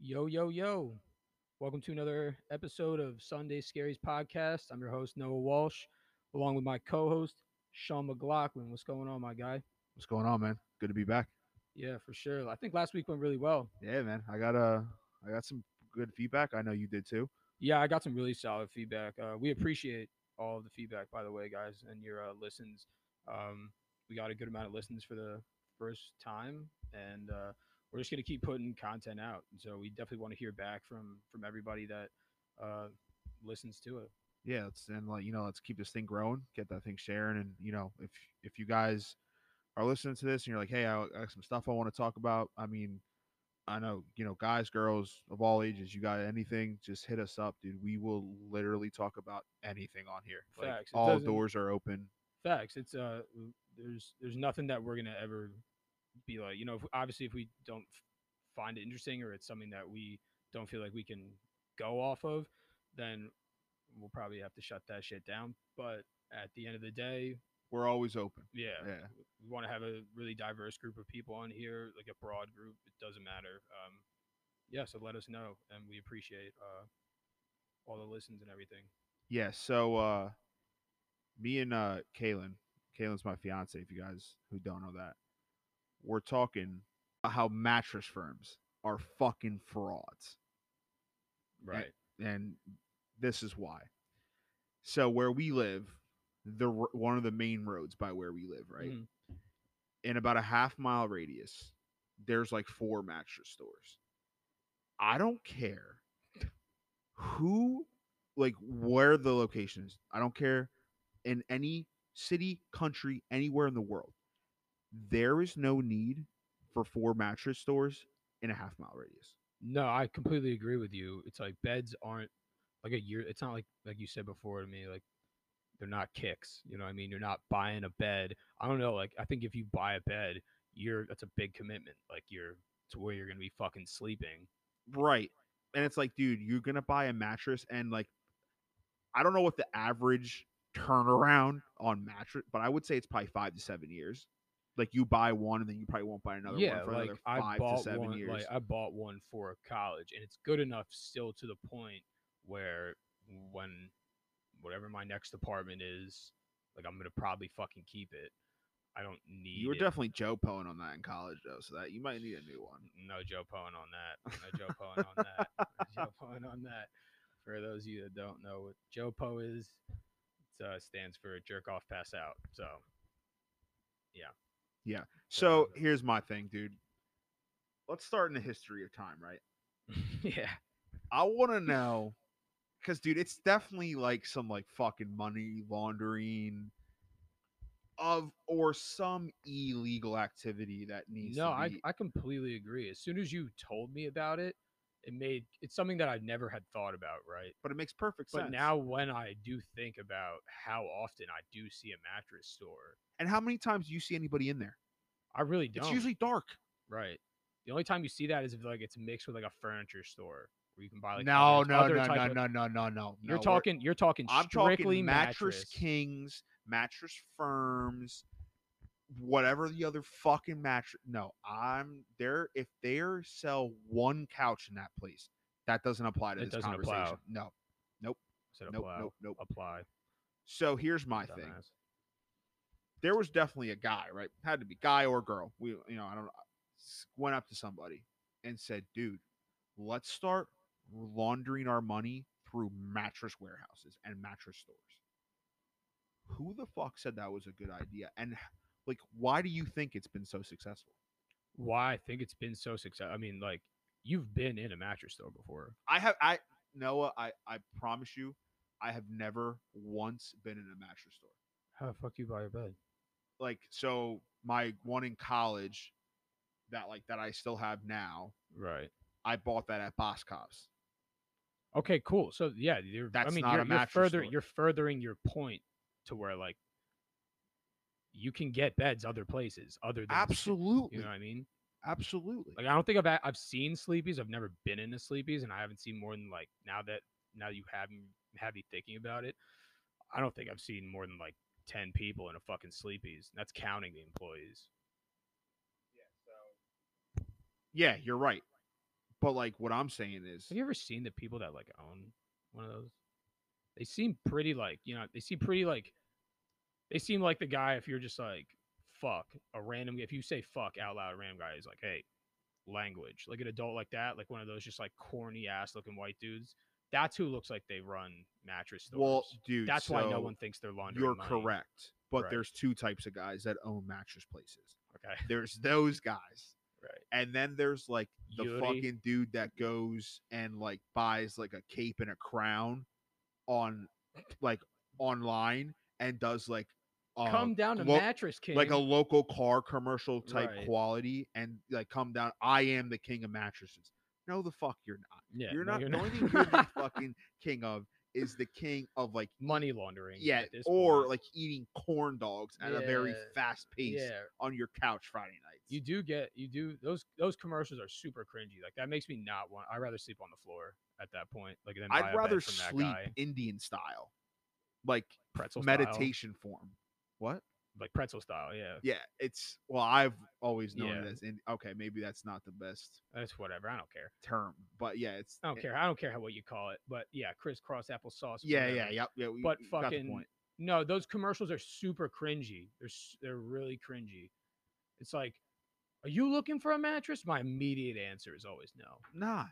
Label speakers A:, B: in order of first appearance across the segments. A: Yo, yo, yo. Welcome to another episode of Sunday Scaries Podcast. I'm your host, Noah Walsh, along with my co host, Sean McLaughlin. What's going on, my guy?
B: What's going on, man? Good to be back.
A: Yeah, for sure. I think last week went really well.
B: Yeah, man. I got uh, I got some good feedback. I know you did too.
A: Yeah, I got some really solid feedback. Uh, we appreciate all of the feedback, by the way, guys, and your uh, listens. Um, we got a good amount of listens for the first time, and uh, we're just gonna keep putting content out. And so we definitely want to hear back from from everybody that uh, listens to it.
B: Yeah, let's and like you know, let's keep this thing growing, get that thing sharing, and you know, if if you guys are listening to this and you're like, hey, I, I got some stuff I want to talk about. I mean, I know you know, guys, girls of all ages, you got anything? Just hit us up, dude. We will literally talk about anything on here. Like,
A: Facts. It
B: all
A: doesn't-
B: doors are open.
A: Facts. It's uh, w- there's there's nothing that we're gonna ever be like. You know, if, obviously, if we don't f- find it interesting or it's something that we don't feel like we can go off of, then we'll probably have to shut that shit down. But at the end of the day,
B: We're always open.
A: yeah,
B: Yeah.
A: we want to have a really diverse group of people on here, like a broad group. It doesn't matter. Um, yeah, so let us know, and we appreciate uh, all the listens and everything.
B: Yeah, so uh me and uh Kaylin, Kaylin's my fiance, if you guys who don't know that, we're talking about how mattress firms are fucking frauds.
A: Right.
B: And this is why. So where we live, the r- one of the main roads by where we live, right?
A: Mhm.
B: in about a half mile radius, there's like four mattress stores. I don't care who, like, where the location is. I don't care in any city, country, anywhere in the world. There is no need for four mattress stores in a half mile radius.
A: No, I completely agree with you. It's like beds aren't like a year. It's not like like you said before to me. Like they're not kicks. You know what I mean? You're not buying a bed. I don't know. Like I think if you buy a bed, you're that's a big commitment. Like you're to where you're gonna be fucking sleeping.
B: Right. And it's like, dude, you're going to buy a mattress and, like, I don't know what the average turnaround on mattress, but I would say it's probably five to seven years. Like you buy one and then you probably won't buy another
A: yeah,
B: one for
A: like
B: another
A: I
B: five
A: bought
B: to seven
A: one.
B: years.
A: Like I bought one for college, and it's good enough still to the point where when whatever my next apartment is, like I'm gonna probably fucking keep it. I don't need.
B: you were
A: it.
B: definitely Joe Poen on that in college though, so that you might need a new one.
A: No Joe Poen on that. No Joe Poen on that. No Joe Poen on that. For those of you that don't know what Joe Po is, it uh, stands for jerk off, pass out. So
B: So
A: Yeah.
B: here's my thing, dude. Let's start in the history of time, right?
A: yeah,
B: I want to know because, dude, it's definitely like some like fucking money laundering of or some illegal activity that needs.
A: no,
B: to
A: I
B: be-
A: I completely agree. As soon as you told me about it, it made it's something that I never had thought about. Right.
B: but it makes perfect sense.
A: But now, when I do think about how often I do see a mattress store,
B: and how many times do you see anybody in there?
A: I really don't.
B: It's usually dark.
A: Right. The only time you see that is if like it's mixed with like a furniture store where you can buy like
B: no,
A: other-
B: no,
A: other
B: no,
A: type
B: no,
A: of-
B: no, no, no, no.
A: You're
B: no, we're-
A: talking. You're talking
B: I'm
A: strictly
B: talking mattress,
A: mattress.
B: kings, mattress firms, whatever the other fucking mattress. No, I'm there. If they sell one couch in that place, that doesn't apply to
A: It
B: this
A: doesn't apply.
B: conversation. No,
A: Said
B: nope,
A: apply.
B: nope, nope.
A: Apply.
B: So here's my thing.
A: dumbass.
B: There was definitely a guy, right? Had to be guy or girl. We, you know, I don't know. S- Went up to somebody and said, "Dude, let's start laundering our money through mattress warehouses and mattress stores." who the fuck said that was a good idea and h- like why do you think it's been so successful
A: Why I think it's been so successful. I mean, like you've been in a mattress store before.
B: i have i noah i i promise you i have never once been in a mattress store
A: How the fuck do you buy a bed?
B: like so my one in college that like that i still have now
A: Right.
B: i bought that at boscov's
A: Okay. Cool. So yeah, you're. I
B: That's
A: mean,
B: not a
A: you're, you're
B: mattress
A: further.
B: store.
A: You're furthering your point to where like you can get beds other places other than
B: absolutely
A: You know what I mean?
B: absolutely
A: Like I don't think I've a- I've seen sleepies. I've never been in a sleepies, and I haven't seen more than like now that now you have me have me thinking about it. I don't think I've seen more than like ten people in a fucking sleepies. That's counting the employees.
B: yeah you're right But like what I'm saying is
A: Have you ever seen the people that like own one of those? They seem pretty like you know they seem pretty like they seem like the guy if you're just like fuck a random if you say fuck out loud a random guy is like hey language like an adult like that like one of those just like corny ass looking white dudes that's who looks like they run mattress stores.
B: well, dude.
A: that's why no
B: so
A: one thinks they're laundering.
B: You're
A: money.
B: correct. But
A: Right.
B: there's two types of guys that own mattress places.
A: Okay,
B: There's those guys.
A: right.
B: And then there's like the
A: Yuri.
B: fucking dude that goes and like buys like a cape and a crown on like online and does like uh,
A: Come down to
B: glo-
A: mattress king.
B: like a local car commercial type
A: Right.
B: quality and like come down. I am the king of mattresses. No, the fuck you're not.
A: yeah,
B: you're
A: no,
B: not.
A: you're
B: the
A: not.
B: only thing you're the fucking king of is the king of like
A: money laundering.
B: yeah,
A: at this
B: or
A: point.
B: like eating corn dogs at a very
A: Yeah,
B: fast pace
A: yeah,
B: on your couch Friday nights.
A: you do get you do those those commercials are super cringy. Like that makes me not want. I'd rather sleep on the floor at that point. Like than buy a
B: I'd
A: bed
B: rather
A: from that
B: sleep
A: guy,
B: Indian style, like
A: pretzel style.
B: meditation form. What?
A: like pretzel style. Yeah,
B: Yeah, it's well, I've always known
A: Yeah.
B: it as. In, okay, maybe that's not the best
A: that's whatever. I don't care.
B: term, but yeah, it's.
A: I don't
B: it-
A: care. I don't care how what you call it. But yeah, crisscross applesauce.
B: Yeah,
A: whatever.
B: yeah, yeah, yeah. we-
A: But
B: we got the
A: fucking-
B: point.
A: No, those commercials are super cringy. They're s- they're really cringy. It's like, are you looking for a mattress? My immediate answer is always no.
B: Nah,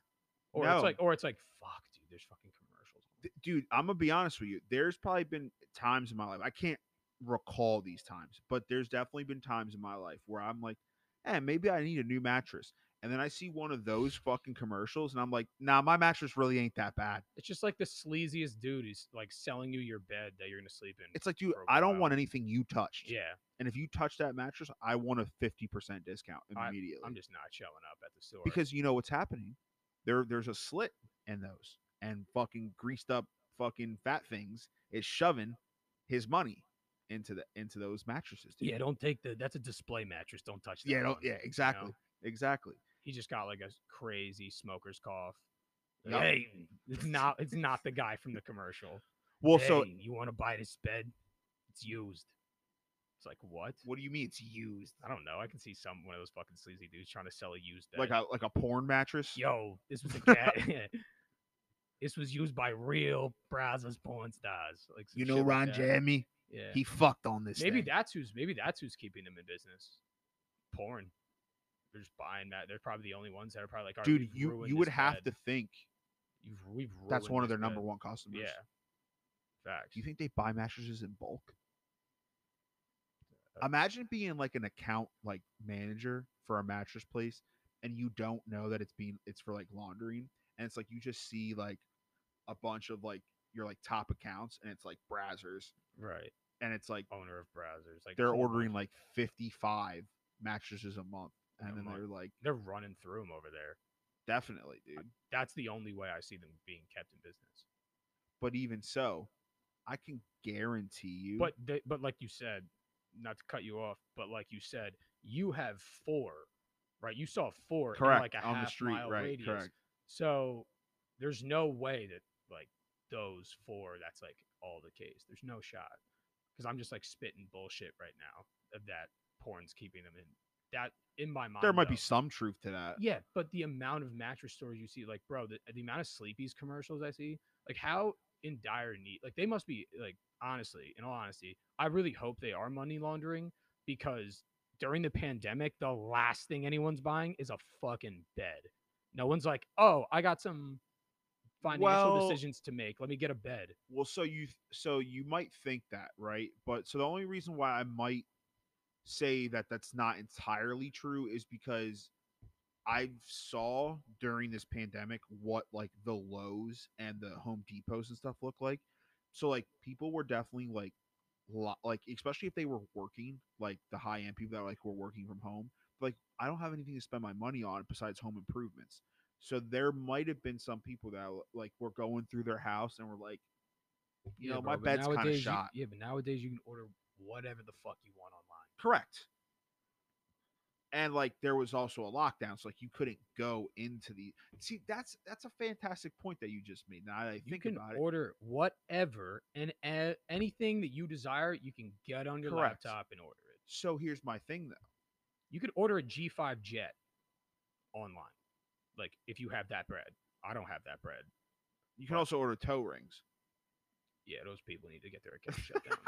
A: Or it's like,
B: No.
A: or it's like, fuck, dude. There's fucking commercials.
B: d- dude, I'm gonna be honest with you. There's probably been times in my life I can't recall these times, but there's definitely been times in my life where I'm like, "Eh, maybe I need a new mattress." And then I see one of those fucking commercials, and I'm like, "Nah, my mattress really ain't that bad."
A: It's just like the sleaziest dude who's like selling you your bed that you're gonna sleep in.
B: It's like, dude,
A: For a
B: I don't
A: while.
B: want anything you touched.
A: yeah,
B: And if you touch that mattress, I want a fifty percent discount immediately.
A: I'm just not showing up at the store
B: because you know what's happening. There, there's a slit in those, and fucking greased up, fucking fat things is shoving his money into the into those mattresses. Dude.
A: yeah, don't take the. That's a display mattress. Don't touch that.
B: yeah, don't,
A: one,
B: yeah,
A: you know?
B: exactly, exactly.
A: He just got like a s- crazy smoker's cough. Like,
B: Yup.
A: Hey, it's not it's not the guy from the commercial.
B: Well, so
A: "Hey, you want to buy this bed? It's used. It's like what?
B: what do you mean it's used?
A: I don't know. I can see some one of those fucking sleazy dudes trying to sell a used bed.
B: Like a like a porn mattress?
A: yo, this was a cat. this was used by real Brazos porn stars. Like some
B: You know
A: shit like
B: Ron
A: that.
B: Jeremy?
A: Yeah.
B: He fucked on this.
A: maybe
B: thing.
A: that's who's maybe that's who's keeping them in business. Porn. They're just buying that. They're probably the only ones that are probably like, "All right,
B: dude.
A: we've
B: You
A: ruined
B: you
A: this
B: would have
A: bed.
B: to think
A: You've, we've
B: that's
A: ruined
B: one of
A: this
B: their number
A: bed."
B: one customers.
A: Yeah. Facts.
B: Do you think they buy mattresses in bulk?
A: Uh,
B: Imagine being like an account like manager for a mattress place and you don't know that it's being it's for like laundering and it's like you just see like a bunch of like your like top accounts and it's like Brazzers
A: right?
B: and it's like
A: Owner of browsers. Oh, Like
B: they're
A: whole bunch-
B: ordering like 55 mattresses a month and
A: A
B: then
A: month.
B: they're like
A: They're running through them over there.
B: definitely dude
A: that's the only way I see them being kept in business.
B: but even so I can guarantee you
A: But they, but like you said, not to cut you off, but like you said, you have four, right? You saw four in,
B: correct
A: like a
B: on
A: half
B: the street
A: mile
B: right
A: radius.
B: correct
A: So there's no way that like those four, that's like all the case. There's no shot because I'm just like spitting bullshit right now of that porn's keeping them in that in my mind.
B: there might be
A: though,
B: some truth to that
A: Uh, Yeah, but the amount of mattress stores you see, like, bro, the, the amount of Sleepy's commercials I see, like, how in dire need, like, they must be, like, honestly, in all honesty, I really hope they are money laundering because during the pandemic, the last thing anyone's buying is a fucking bed. No one's like, oh, I got some financial
B: Well-
A: decisions to make. Let me get a bed.
B: Well, so you th- so you might think that, right? But so the only reason why I might say that that's not entirely true is because I saw during this pandemic what like the Lowe's and the Home Depots and stuff look like. So like people were definitely like lo- like especially if they were working, like the high end people that like were working from home, like I don't have anything to spend my money on besides home improvements. So there might have been some people that like were going through their house and were like you know, my
A: but
B: bed's kind of
A: nowadays you-
B: shot.
A: yeah, but nowadays you can order whatever the fuck you want online.
B: Correct. And like there was also a lockdown, so like you couldn't go into the. See, that's that's a fantastic point that you just made. Now that I
A: You
B: think
A: can
B: about it,
A: order whatever and a- anything that you desire, you can get on your
B: Correct.
A: laptop and order it.
B: so here's my thing though.
A: You could order a G5 jet online. like if you have that bread. I don't have that bread.
B: You can also order toe rings.
A: Yeah, those people need to get their account shut down.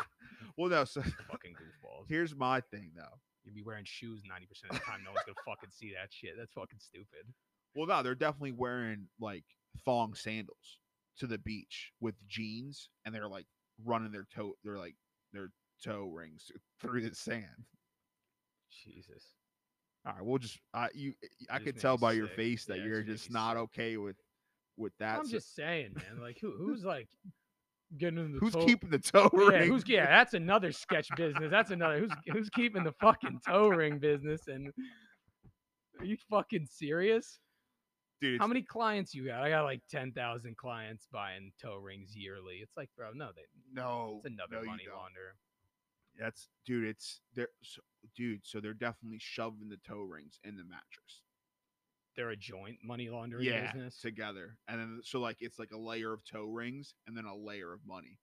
B: Well, no. So
A: fucking goofballs.
B: here's my thing though.
A: You'd be wearing shoes ninety percent of the time. No one's gonna fucking see that shit. That's fucking stupid.
B: Well, no, they're definitely wearing like thong sandals to the beach with jeans, and they're like running their toe. They're like their toe rings through the sand.
A: Jesus.
B: All right, we'll just I you I
A: just
B: could
A: made
B: tell
A: me
B: by your
A: sick.
B: face that
A: Yeah, it
B: you're
A: just made
B: just
A: me
B: not
A: sick.
B: okay with with that.
A: I'm
B: so-
A: just saying, man. Like who who's like getting in the
B: who's
A: toe-
B: keeping the toe
A: Yeah,
B: ring?
A: who's yeah? That's another sketch business. That's another who's who's keeping the fucking toe ring business. And are you fucking serious?
B: Dude, it's
A: How many clients you got? I got like ten thousand clients buying toe rings yearly. It's like, bro, no, they,
B: No,
A: it's another
B: no, you
A: money
B: don't.
A: launder.
B: That's dude. It's they're so, dude. So they're definitely shoving the toe rings in the mattress.
A: They're a joint money laundering
B: Yeah,
A: business.
B: together, and then so like it's like a layer of toe rings and then a layer of money,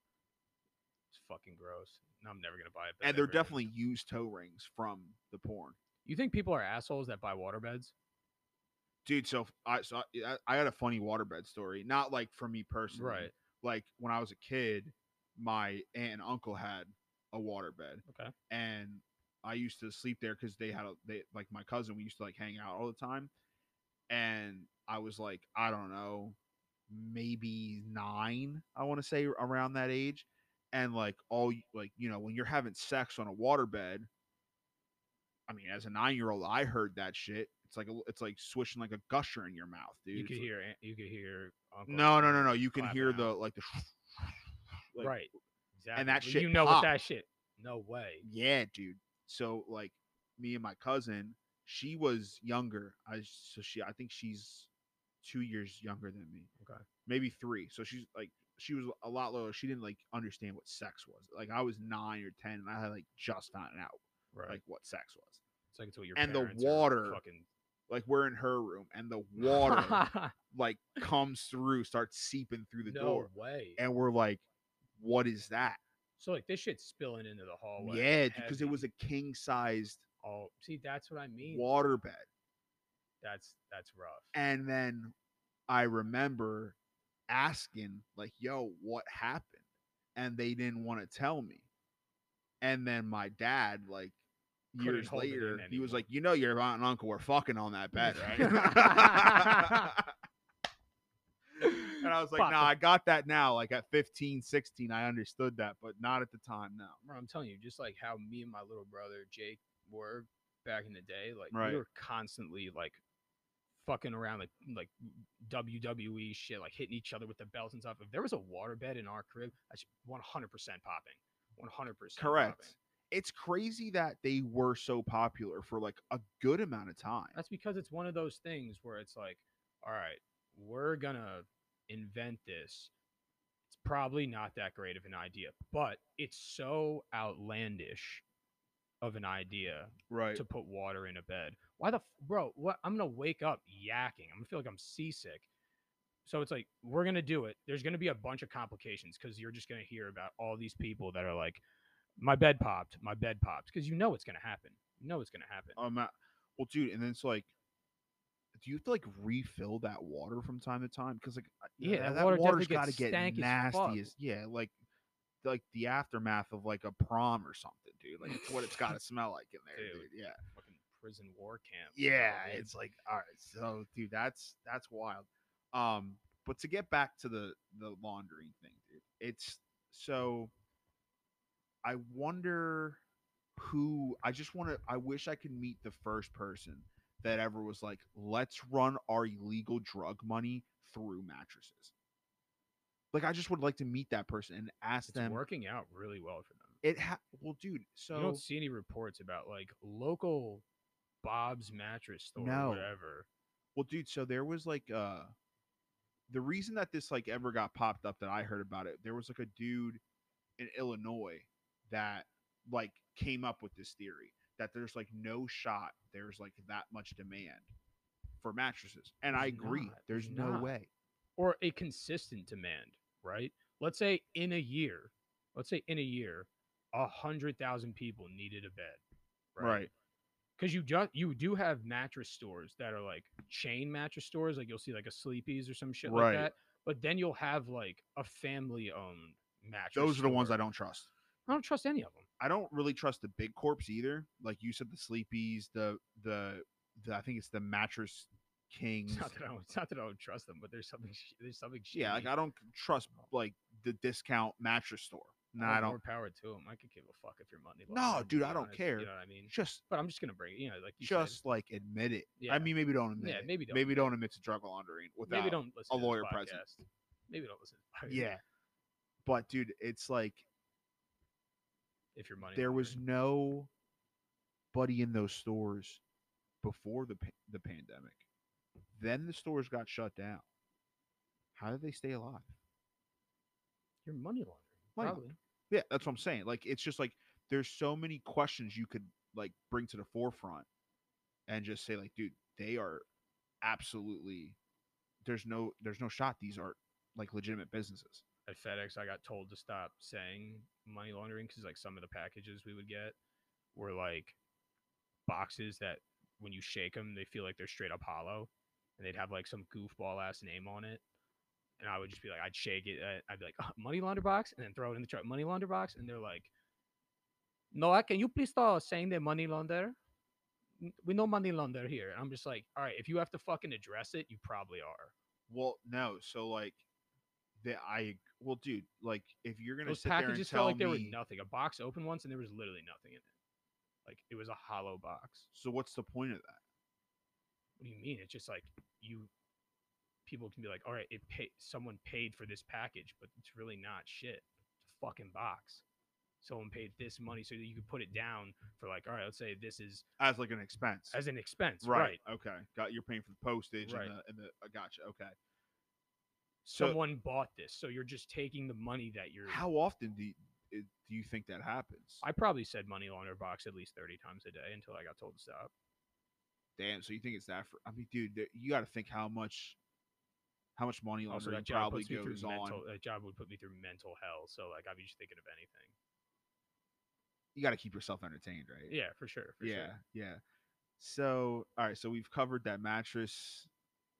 A: It's fucking gross. No, I'm never gonna buy it.
B: and they're definitely used toe rings from the porn,
A: You think people are assholes that buy waterbeds?
B: dude. So I so I, I had a funny waterbed story, not like for me personally,
A: Right.
B: Like when I was a kid, my aunt and uncle had a waterbed,
A: Okay.
B: and I used to sleep there because they had a they like my cousin. We used to like hang out all the time, and I was like, I don't know, maybe nine. I want to say around that age, and like all y- like you know when you're having sex on a waterbed. I mean, as a nine year old, I heard that shit. It's like a, it's like swishing like a gusher in your mouth, dude.
A: you
B: It's
A: could
B: like-
A: hear. an- You could hear. Uncle
B: no,
A: and
B: no, no,
A: Aunt
B: no. You can
A: clapping
B: hear
A: out.
B: the like the like,
A: right. Exactly.
B: that
A: Well,
B: shit
A: You know
B: popped.
A: what that shit? No way.
B: Yeah, dude. So like me and my cousin, she was younger. I so she I think she's two years younger than me.
A: Okay.
B: Maybe three. So she's like she was a lot lower. She didn't like understand what sex was. Like I was nine or ten and I had like just found out
A: Right.
B: like what sex was.
A: it's like it's what your
B: and the
A: parents are
B: water
A: Fucking
B: Like we're in her room and the water like comes through, starts seeping through the
A: no
B: door.
A: way.
B: And we're like, what is that?
A: so like this shit's spilling into the hallway.
B: yeah, because it
A: heavy.
B: was a king sized
A: Oh, see, that's what I mean.
B: water bed.
A: That's that's rough.
B: And then I remember asking, like, yo, what happened? And they didn't want to tell me. And then my dad, like,
A: Couldn't
B: years
A: hold it in
B: later, he was
A: anymore.
B: like, you know, your aunt and uncle were fucking on that bed, right? and I was like,
A: Pop
B: nah,
A: the-
B: I got that now. Like at 15, 16, I understood that, but not at the time, no.
A: Bro, I'm telling you, just like how me and my little brother Jake were back in the day, like
B: Right.
A: we were constantly like fucking around like like WWE shit, like hitting each other with the belts and stuff. If there was a waterbed in our crib, that's 100% popping. 100%
B: Correct.
A: popping.
B: It's crazy that they were so popular for like a good amount of time.
A: That's because it's one of those things where it's like, all right, we're gonna invent this. It's probably not that great of an idea, but it's so outlandish of an idea
B: right.
A: to put water in a bed. Why the f- bro? What? I'm gonna wake up yakking. I'm gonna feel like I'm seasick. So it's like we're gonna do it. There's gonna be a bunch of complications because you're just gonna hear about all these people that are like, my bed popped, my bed popped, because you know it's gonna happen. You know it's gonna happen.
B: Um, uh, well, dude, and then it's like, do you have to like refill that water from time to time? Because like, uh, you know,
A: Yeah,
B: that,
A: that
B: that
A: water
B: water's
A: definitely
B: got to
A: gets
B: get
A: stank as
B: nasty.
A: fuck.
B: As, yeah, like, like the aftermath of like a prom or something, dude. Like, it's what it's got to smell like in there, dude.
A: Dude.
B: Yeah,
A: fucking prison war camp. you know,
B: yeah.
A: dude.
B: It's like, all right, so dude, that's that's wild. Um, but to get back to the the laundering thing, dude, it's so. I wonder who I just want to I wish I could meet the first person that ever was like, let's run our illegal drug money through mattresses. Like I just would like to meet that person and ask
A: it's
B: them
A: working out really well for them.
B: it ha- well dude,
A: you
B: so
A: don't see any reports about like local Bob's mattress store
B: No.
A: or whatever.
B: well dude, so there was like uh the reason that this like ever got popped up that I heard about it, there was like a dude in Illinois that like came up with this theory that there's like no shot there's like that much demand for mattresses. And I
A: There's
B: agree.
A: not.
B: there's
A: There's
B: no
A: not.
B: way.
A: Or a consistent demand, right? Let's say in a year, let's say in a year, a hundred thousand people needed a bed. Right. because you just you do have mattress stores that are like chain mattress stores, like you'll see like a Sleepy's or some shit
B: Right.
A: like that. But then you'll have like a family owned mattress.
B: Those are the ones I
A: store.
B: don't trust.
A: I don't trust any of them.
B: I don't really trust the big corps either. Like you said, the sleepies, the the, the I think it's the mattress kings.
A: It's not that I don't, it's not that I don't trust them, but there's something sh- there's something.
B: Yeah, like
A: shady.
B: I don't c- trust like the discount mattress store. No,
A: Oh, More-
B: I don't.
A: More power to them. I could give a fuck if your money. lost,
B: No,
A: I'm gonna
B: dude,
A: be
B: I don't
A: honest,
B: care.
A: You know what I mean?
B: Just
A: But I'm just gonna bring it. You know, like you said,
B: just like admit it.
A: Yeah.
B: I mean, maybe don't admit
A: yeah,
B: it.
A: maybe don't.
B: Maybe don't admit to drug laundering without.
A: maybe don't listen to this
B: lawyer
A: podcast.
B: present.
A: Maybe don't listen. to this podcast
B: Yeah, but dude, it's like
A: if your money.
B: there was
A: laundering.
B: no buddy in those stores before the pa- the pandemic. Then the stores got shut down. How did they stay alive?
A: your money laundering.
B: Money
A: probably.
B: Yeah, that's what I'm saying. Like it's just like there's so many questions you could like bring to the forefront and just say like, dude, they are absolutely there's no there's no shot these are like legitimate businesses.
A: at FedEx, I got told to stop saying money laundering because like some of the packages we would get were like boxes that when you shake them, they feel like they're straight up hollow, and they'd have like some goofball ass name on it. And I would just be like, I'd shake it, uh, I'd be like, "Uh, money launder box, and then throw it in the truck, money launder box, and they're like, Noah, can you please stop saying the money launder? N- We know money launder here. And I'm just like, all right, if you have to fucking address it, you probably are.
B: Well, no, so like that I well, dude, like if you're gonna
A: Those
B: sit there
A: packages
B: and
A: felt
B: tell
A: like there was
B: me,
A: nothing. A box opened once and there was literally nothing in it. Like it was a hollow box.
B: so what's the point of that?
A: What do you mean? It's just like you people can be like, all right, it pay, someone paid for this package, but it's really not shit. It's a fucking box. Someone paid this money so that you could put it down for like, all right, let's say this is
B: As like an expense,
A: as an expense, right?
B: right? Okay, got you're paying for the postage
A: Right.
B: and the and the I gotcha. Okay, so
A: Someone bought this, so you're just taking the money that you're.
B: how often do you, it- do you think that happens?
A: I probably said money launder box at least thirty times a day until I got told to stop.
B: Damn. So you think it's that? For, I mean, dude, th- you got to think how much, how much money
A: Also,
B: laundering
A: that job
B: probably
A: puts me through
B: goes on.
A: mental. That job would put me through mental hell. So like, I'm just thinking of anything.
B: You got to keep yourself entertained, right?
A: Yeah, for sure. For
B: yeah,
A: Sure.
B: yeah. So, all right. So we've covered that mattress.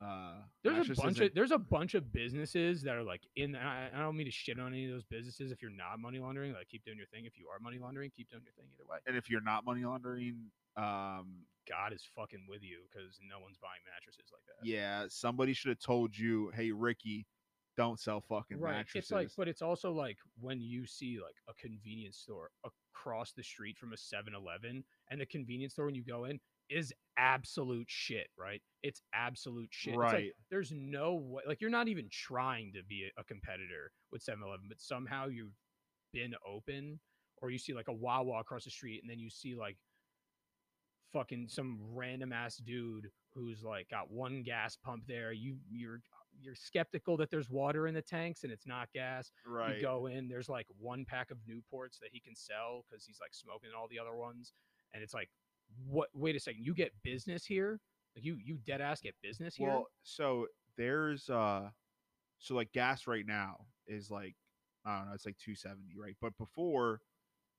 B: Uh,
A: There's a
B: mattresses
A: bunch
B: and-
A: of there's a bunch of businesses that are like in. and I, I don't mean to shit on any of those businesses. If you're not money laundering, like keep doing your thing. If you are money laundering, keep doing your thing either way.
B: and if you're not money laundering, um,
A: God is fucking with you because no one's buying mattresses like that.
B: yeah, somebody should have told you, hey, Ricky, don't sell fucking
A: right.
B: mattresses.
A: It's like, but it's also like when you see like a convenience store across the street from a 7-Eleven, and the convenience store when you go in is absolute shit, right? It's absolute shit. It's like,
B: Right.
A: there's no way, like you're not even trying to be a, a competitor with 7-Eleven, but somehow you've been open, or you see like a Wawa across the street, and then you see like fucking some random ass dude who's like got one gas pump there. You you're you're skeptical that there's water in the tanks and it's not gas.
B: right.
A: You go in, there's like one pack of Newports that he can sell because he's like smoking all the other ones, and it's like, what? Wait a second, you get business here? Like you you dead ass get business here?
B: Well, so there's uh so like gas right now is like I don't know, it's like 270, right? But before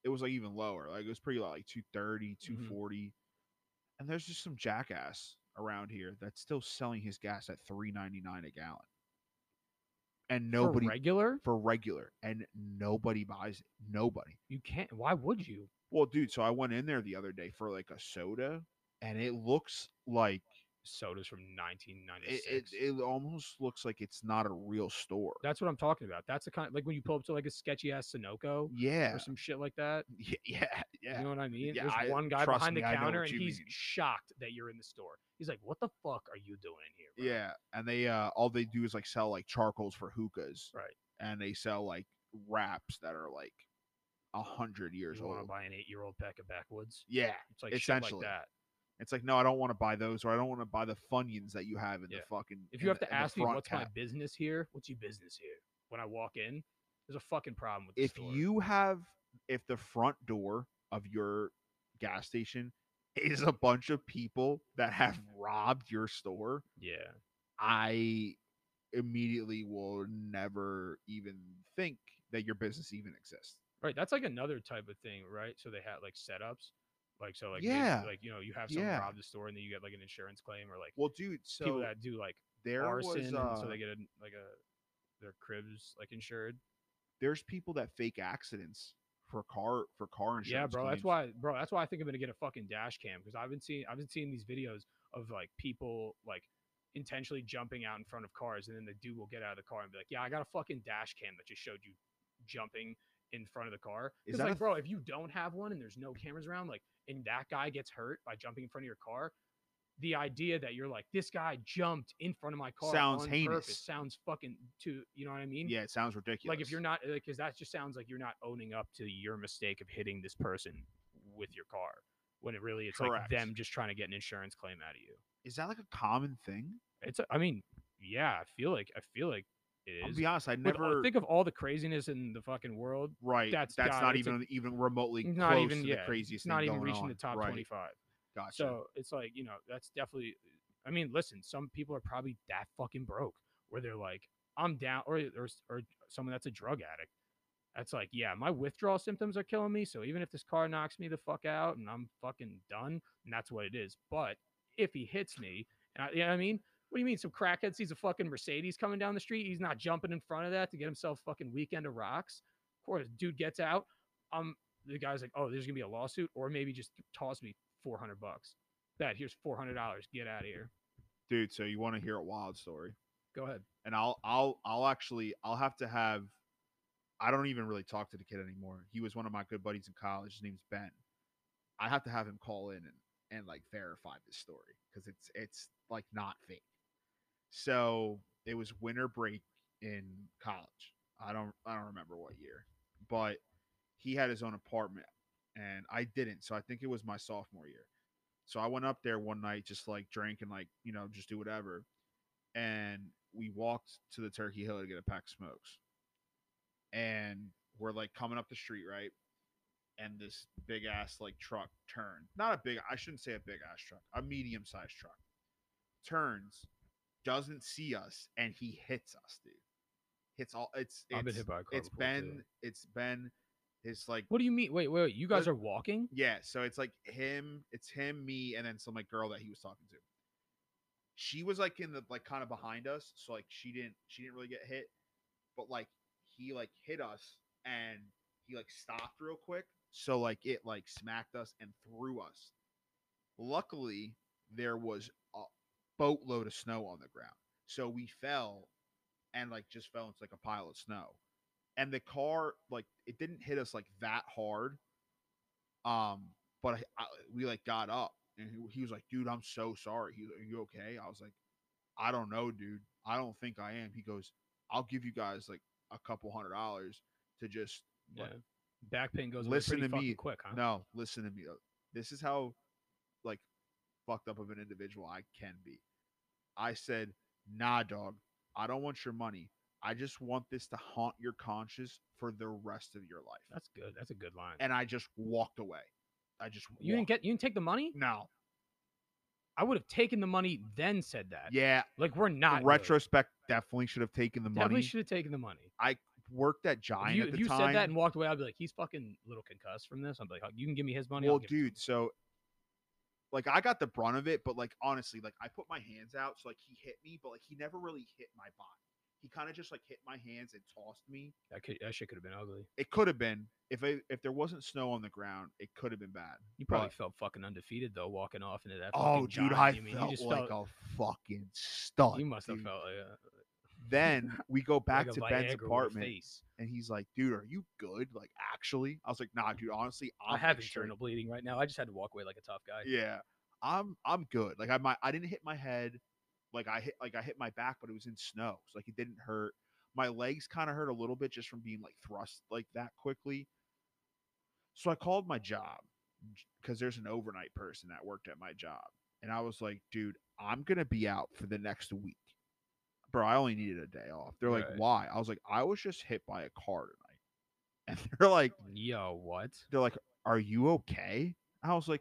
B: it was like even lower. Like it was pretty low, like 230,
A: Mhm.
B: 240. And there's just some jackass around here that's still selling his gas at 3.99 a gallon. And
A: For
B: nobody for,
A: regular.
B: regular and nobody buys it. Nobody.
A: You can't. Why would you?
B: Well, dude, so I went in there the other day for like a soda and it looks like
A: Sodas from
B: it,
A: 1996.
B: it, it almost looks like it's not a real store.
A: That's what I'm talking about. That's the kind like when you pull up to like a sketchy ass Sunoco
B: yeah.
A: or some shit like that.
B: y- Yeah. Yeah.
A: You know what I mean?
B: Yeah,
A: There's
B: I-
A: one guy
B: trust
A: behind
B: me, I
A: the
B: know
A: counter
B: what
A: and
B: you
A: he's
B: mean.
A: shocked that you're in the store. He's like, "What the fuck are you doing in here?" bro?"
B: Yeah. And they, uh, all they do is like sell like charcoals for hookahs.
A: Right.
B: And they sell like wraps that are like a hundred years
A: You want to
B: old.
A: buy an eight-year-old pack of backwoods?
B: Yeah.
A: It's like shit like
B: Essentially.
A: that.
B: It's like, no, I don't want to buy those or I don't want to buy the Funyuns that you have in
A: Yeah.
B: the fucking.
A: If
B: in
A: you have
B: the-
A: to
B: in the
A: ask me
B: front
A: what's my
B: cap."
A: business here, what's your business here? When I walk in, there's a fucking problem with. The
B: If
A: store.
B: you have, if the front door of your gas station is a bunch of people that have robbed your store,
A: yeah,
B: I immediately will never even think that your business even exists.
A: right. That's like another type of thing, right? So they had like setups Like so, like maybe,
B: Yeah.
A: like you know, you have someone
B: Yeah.
A: rob the store and then you get like an insurance claim or like
B: Well, dude,
A: people
B: so
A: that do like
B: there
A: arson,
B: was
A: and
B: uh,
A: so they get a, like a their cribs like insured.
B: there's people that fake accidents for car for car insurance.
A: Yeah, bro. That's why,
B: claims.
A: bro. That's why I think I'm gonna get a fucking dash cam because I've been seeing I've been seeing these videos of like people like intentionally jumping out in front of cars, and then the dude will get out of the car and be like, "Yeah, I got a fucking dash cam that just showed you jumping in front of the car."
B: Is
A: It's
B: that a
A: like,
B: th-
A: bro, if you don't have one and there's no cameras around, like, and that guy gets hurt by jumping in front of your car. The idea that you're like this guy jumped in front of my car
B: Sounds
A: on
B: heinous.
A: purpose sounds fucking to you know what I mean?
B: Yeah, it sounds ridiculous.
A: like if you're not because that just sounds like you're not owning up to your mistake of hitting this person with your car when it really it's
B: Correct.
A: like them just trying to get an insurance claim out of you
B: is that like a common thing?
A: it's i mean yeah i feel like i feel like it
B: I'll
A: is
B: be honest, I
A: With all-
B: never
A: think of all the craziness in the fucking world
B: right. That's,
A: that's got-
B: not
A: it's a-
B: even even remotely
A: not
B: close
A: even-
B: to
A: yeah,
B: the craziest.
A: it's not
B: thing
A: even
B: going
A: reaching
B: on.
A: the top
B: right.
A: 25
B: Gotcha.
A: so it's like you know that's definitely i mean listen some people are probably that fucking broke where they're like i'm down or or, or someone that's a drug addict that's like yeah my withdrawal symptoms are killing me so even if this car knocks me the fuck out and i'm fucking done and that's what it is but if he hits me and I, you know what i mean what do you mean some crackhead sees a fucking mercedes coming down the street he's not jumping in front of that to get himself fucking weekend of rocks of course dude gets out um the guy's like oh there's gonna be a lawsuit or maybe just toss me 400 bucks that here's four hundred dollars. Get out of here.
B: dude, so you want to hear a wild story?
A: Go ahead.
B: and I'll I'll I'll actually I'll have to have I don't even really talk to the kid anymore. He was one of my good buddies in college. His name's Ben. I have to have him call in and, and like verify this story because it's it's like not fake. So it was winter break in college. I don't I don't remember what year, but he had his own apartment and I didn't. So I think it was my sophomore year. So I went up there one night, just like drink and like you know just do whatever and we walked to the turkey hill to get a pack of smokes and we're like coming up the street right and this big ass like truck turn not a big i shouldn't say a big ass truck a medium sized truck turns doesn't see us and he hits us dude hits all it's it's,
A: I've been hit by a car.
B: it's
A: before, too.
B: ben it's ben his like
A: What do you mean? Wait, wait, wait. You guys
B: What-
A: are walking?
B: yeah, so it's like him, it's him, me, and then some like girl that he was talking to. She was like in the like kind of behind us, so like she didn't she didn't really get hit, but like he like hit us and he like stopped real quick, so like it like smacked us and threw us. Luckily, there was a boatload of snow on the ground, so we fell and like just fell into like a pile of snow, and the car like it didn't hit us like that hard, um, but I, I, we like got up and he, he was like, dude, I'm so sorry. He, are you okay? I was like, I don't know, dude. I don't think I am. He goes, I'll give you guys like a couple hundred dollars to just
A: Yeah.
B: like,
A: Back pain goes.
B: Listen
A: away pretty
B: to
A: fucking
B: me.
A: quick, huh?
B: no, listen to me. though. This is how like fucked up of an individual I can be. I said, nah, dog, I don't want your money. I just want this to haunt your conscience for the rest of your life.
A: That's good. That's a good line.
B: and I just walked away. I just
A: you didn't
B: walked.
A: get. You didn't take the money.
B: no.
A: I would have taken the money then said that.
B: Yeah,
A: Like we're not
B: in
A: good.
B: retrospect, definitely should have taken the
A: Definitely
B: money.
A: should have taken the money.
B: Worked at
A: If
B: Giant
A: you,
B: at
A: if
B: the
A: you
B: time.
A: said that and walked away, I'd be like, he's fucking little concussed from this. I'm like, you can give me his money. I'll
B: well,
A: give it to you."
B: dude, so like I got the brunt of it, but like honestly, like I put my hands out, so like he hit me, but like he never really hit my body. He kind of just like hit my hands and tossed me.
A: that, could, that shit could have been ugly.
B: It could have been if I, if there wasn't snow on the ground, it could have been bad.
A: You probably
B: but-
A: felt fucking undefeated though, walking off into that.
B: Oh,
A: fucking
B: dude,
A: giant.
B: I
A: mean,
B: felt
A: you just
B: like
A: felt,
B: a fucking stud.
A: You must have
B: dude.
A: felt like a,
B: Then we go back
A: like a
B: to Ben's
A: Viagra with a
B: apartment,
A: face.
B: and he's like, "Dude, are you good? Like, actually?" I was like, "Nah, dude. Honestly, I'm
A: I
B: like,
A: have
B: straight-
A: internal bleeding right now. I just had to walk away like a tough guy.
B: yeah i'm i'm good like i might i didn't hit my head like i hit like i hit my back but it was in snow so like it didn't hurt my legs kind of hurt a little bit just from being like thrust like that quickly so i called my job because there's an overnight person that worked at my job and i was like dude i'm gonna be out for the next week bro i only needed a day off they're like
A: Right.
B: why i was like i was just hit by a car tonight and they're like
A: Yo, what?
B: they're like, "Are you okay?" I was like,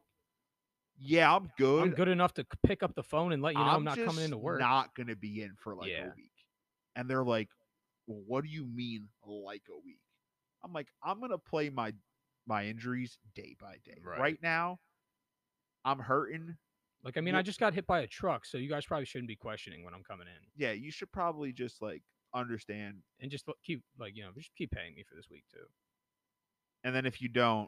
B: "Yeah, I'm good.
A: I'm good enough to c- pick up the phone and let you know I'm, not coming
B: just
A: into work.
B: Not gonna be in for like
A: Yeah.
B: a week." And they're like, well, "What do you mean like a week?" I'm like, "I'm gonna play my my injuries day by day. Right,
A: Right.
B: now, I'm hurting.
A: Like, I mean,
B: Well-
A: I just got hit by a truck, so you guys probably shouldn't be questioning when I'm coming in,
B: Yeah, you should probably just like understand.
A: and just l- keep like you know just keep paying me for this week too.
B: And then if you don't,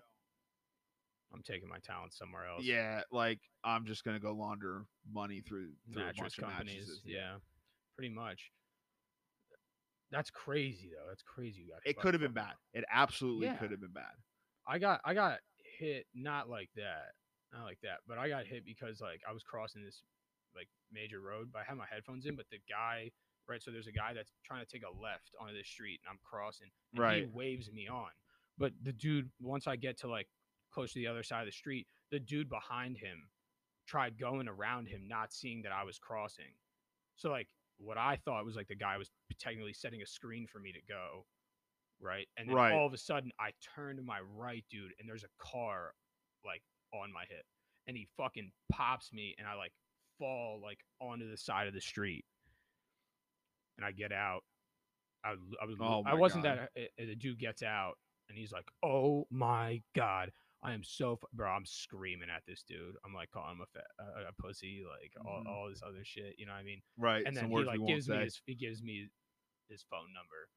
A: I'm taking my talent somewhere else.
B: yeah, like I'm just gonna go launder money through, through a
A: mattress
B: bunch of
A: companies.
B: mattresses.
A: yeah. pretty much. That's crazy though. That's crazy. You got hit
B: It
A: by a
B: could have been
A: truck.
B: bad. It absolutely
A: Yeah.
B: could have been bad.
A: I got I got hit not like that, not like that, but I got hit because like I was crossing this like major road, but I had my headphones in, but the guy right, so there's a guy that's trying to take a left onto this street, and I'm crossing, and he
B: Right.
A: waves me on, but the dude once I get to like close to the other side of the street, the dude behind him tried going around him, not seeing that I was crossing, so like what I thought was like the guy was technically setting a screen for me to go, right? And then
B: Right.
A: all of a sudden I turn to my right, dude, and there's a car like on my hip. And he fucking pops me and I like fall like onto the side of the street. And I get out. I, l- I was
B: Oh
A: I
B: my
A: wasn't
B: God.
A: that uh, uh, the dude gets out and he's like, "Oh my god, I am so f- bro, I'm screaming at this dude. I'm like calling him a, fa- a, a pussy, like all,
B: Mhm.
A: all this other shit, you know what I mean?
B: Right.
A: and then
B: some
A: he
B: words we
A: like
B: won't
A: gives me
B: say.
A: his he gives me his phone number.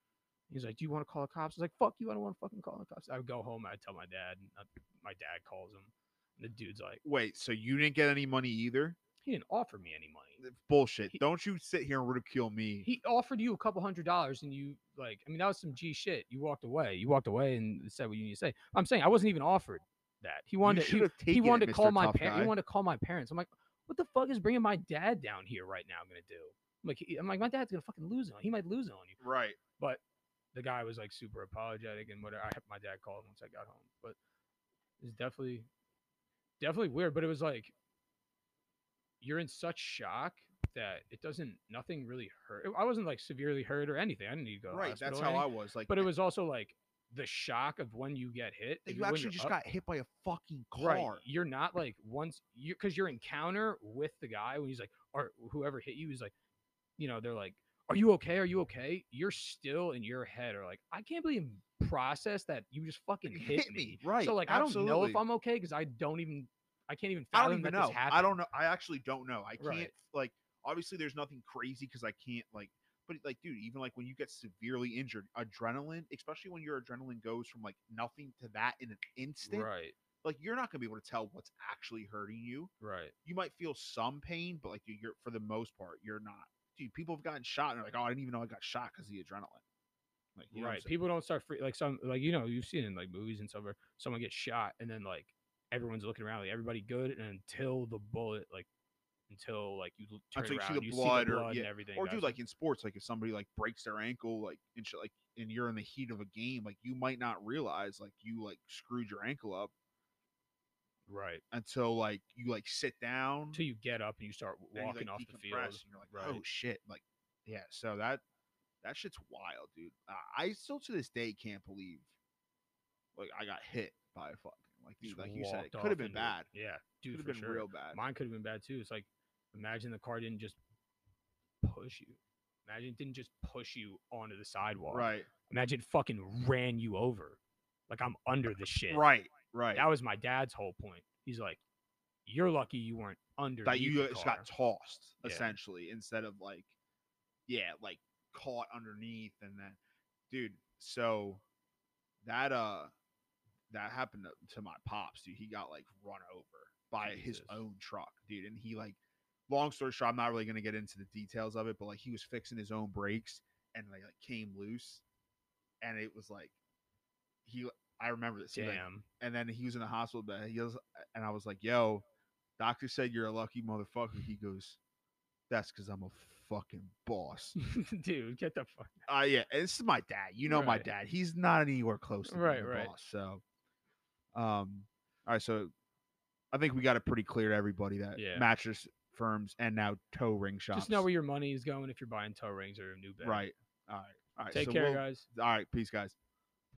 A: He's like, "Do you want to call the cops?" I was like, "Fuck you! I don't want to fucking call the cops." I would go home. I would tell my dad. And uh, my dad calls him. And the dude's like,
B: Wait, so you didn't get any money either?
A: "He didn't offer me any money.
B: Bullshit.
A: He-
B: Don't you sit here and ridicule me.
A: He offered you a couple hundred dollars, and you like, I mean, that was some g shit. You walked away. You walked away and said what you need to say. I'm saying I wasn't even offered that. He wanted to.
B: should
A: He,
B: have
A: he
B: taken it,
A: wanted to call
B: Mr.
A: my
B: Tough
A: parents. He
B: Guy.
A: wanted to call my parents. I'm like, what the fuck is bringing my dad down here right now going to do? I'm like, he- I'm like, my dad's gonna fucking lose it. on- He might lose it on you.
B: Right.
A: But the guy was like super apologetic and whatever. I had my dad called once I got home, but it's definitely, definitely weird. But it was like you're in such shock that it doesn't, nothing really hurt. I wasn't like severely hurt or anything. I didn't need to go. To
B: Right. That's how I was. Like
A: But it was also like the shock of when you get hit.
B: that
A: if
B: you
A: when
B: actually
A: you're
B: just
A: up-
B: got hit by a fucking car.
A: Right. You're not like once you because your encounter with the guy when he's like or whoever hit you is like, you know, they're like, Are you okay? Are you okay? You're still in your head or like, I can't believe process that you just fucking
B: You
A: hit,
B: hit
A: me.
B: me, right,
A: So like I don't know if
B: absolutely.
A: I'm okay because I don't even I can't even
B: I
A: fathom
B: don't even
A: that
B: know.
A: this happened.
B: I don't know. I actually don't know. I can't
A: Right.
B: like obviously there's nothing crazy because I can't like but like dude, even like when you get severely injured, adrenaline, especially when your adrenaline goes from like nothing to that in an instant,
A: Right,
B: like you're not gonna be able to tell what's actually hurting you.
A: right.
B: You might feel some pain, but like you- you're for the most part, you're not. Dude, people have gotten shot and they're like, oh, I didn't even know I got shot because the adrenaline. Like, you know what I'm
A: right.
B: saying?
A: People don't start free like some like you know, you've seen in like movies and stuff where someone gets shot and then like everyone's looking around like everybody good and until the bullet like until like you l- turn
B: Until you see
A: around,
B: the
A: you
B: blood
A: see
B: or-
A: the blood and
B: yeah,
A: everything
B: or
A: that's
B: dude, like in sports, like if somebody like breaks their ankle, like and shit, like and you're in the heat of a game, like you might not realize like you like screwed your ankle up
A: Right.
B: until like you like sit down,
A: Until you get up and you start
B: Hmm. then you,
A: walking
B: like,
A: off the field.
B: decompress, and you're like, oh
A: Right.
B: shit, like yeah. So that that shit's wild, dude. Uh, I still to this day can't believe like I got hit by a fucking like dude,
A: just
B: like you said, it
A: walked
B: could have
A: off
B: been
A: into it.
B: bad,
A: Yeah.
B: could
A: Dude,
B: have
A: for
B: been
A: sure.
B: real bad.
A: Mine could have been bad too. It's like, imagine the car didn't just push you. Imagine it didn't just push you onto the sidewalk.
B: Right,
A: Imagine it fucking ran you over. Like I'm under the shit.
B: right, right.
A: That was my dad's whole point. He's like, you're lucky you weren't under.
B: that you uh,
A: the
B: just
A: car.
B: got tossed
A: Yeah.
B: essentially instead of like yeah like caught underneath and then dude so that uh that happened to, to my pops dude he got like run over by his
A: Jesus.
B: own truck dude and he like long story short i'm not really gonna get into the details of it but like he was fixing his own brakes and they like came loose and it was like he i remember this he, like,
A: Damn.
B: and then he was in the hospital bed. He goes, and I was like, "Yo, doctor said you're a lucky motherfucker." He goes, "That's because I'm a fucking boss."
A: Dude, get the fuck.
B: uh, yeah, and this is my dad. You know my
A: Right.
B: dad. He's not anywhere close to being
A: Right,
B: a
A: right.
B: boss. So, um, all right. So, I think we got it pretty clear to everybody that
A: Yeah.
B: mattress firms and now toe ring shops.
A: Just know where your money is going if you're buying toe rings or a new bed.
B: right. All right. All right.
A: Take
B: so
A: care,
B: we'll-
A: guys.
B: All right. Peace, guys.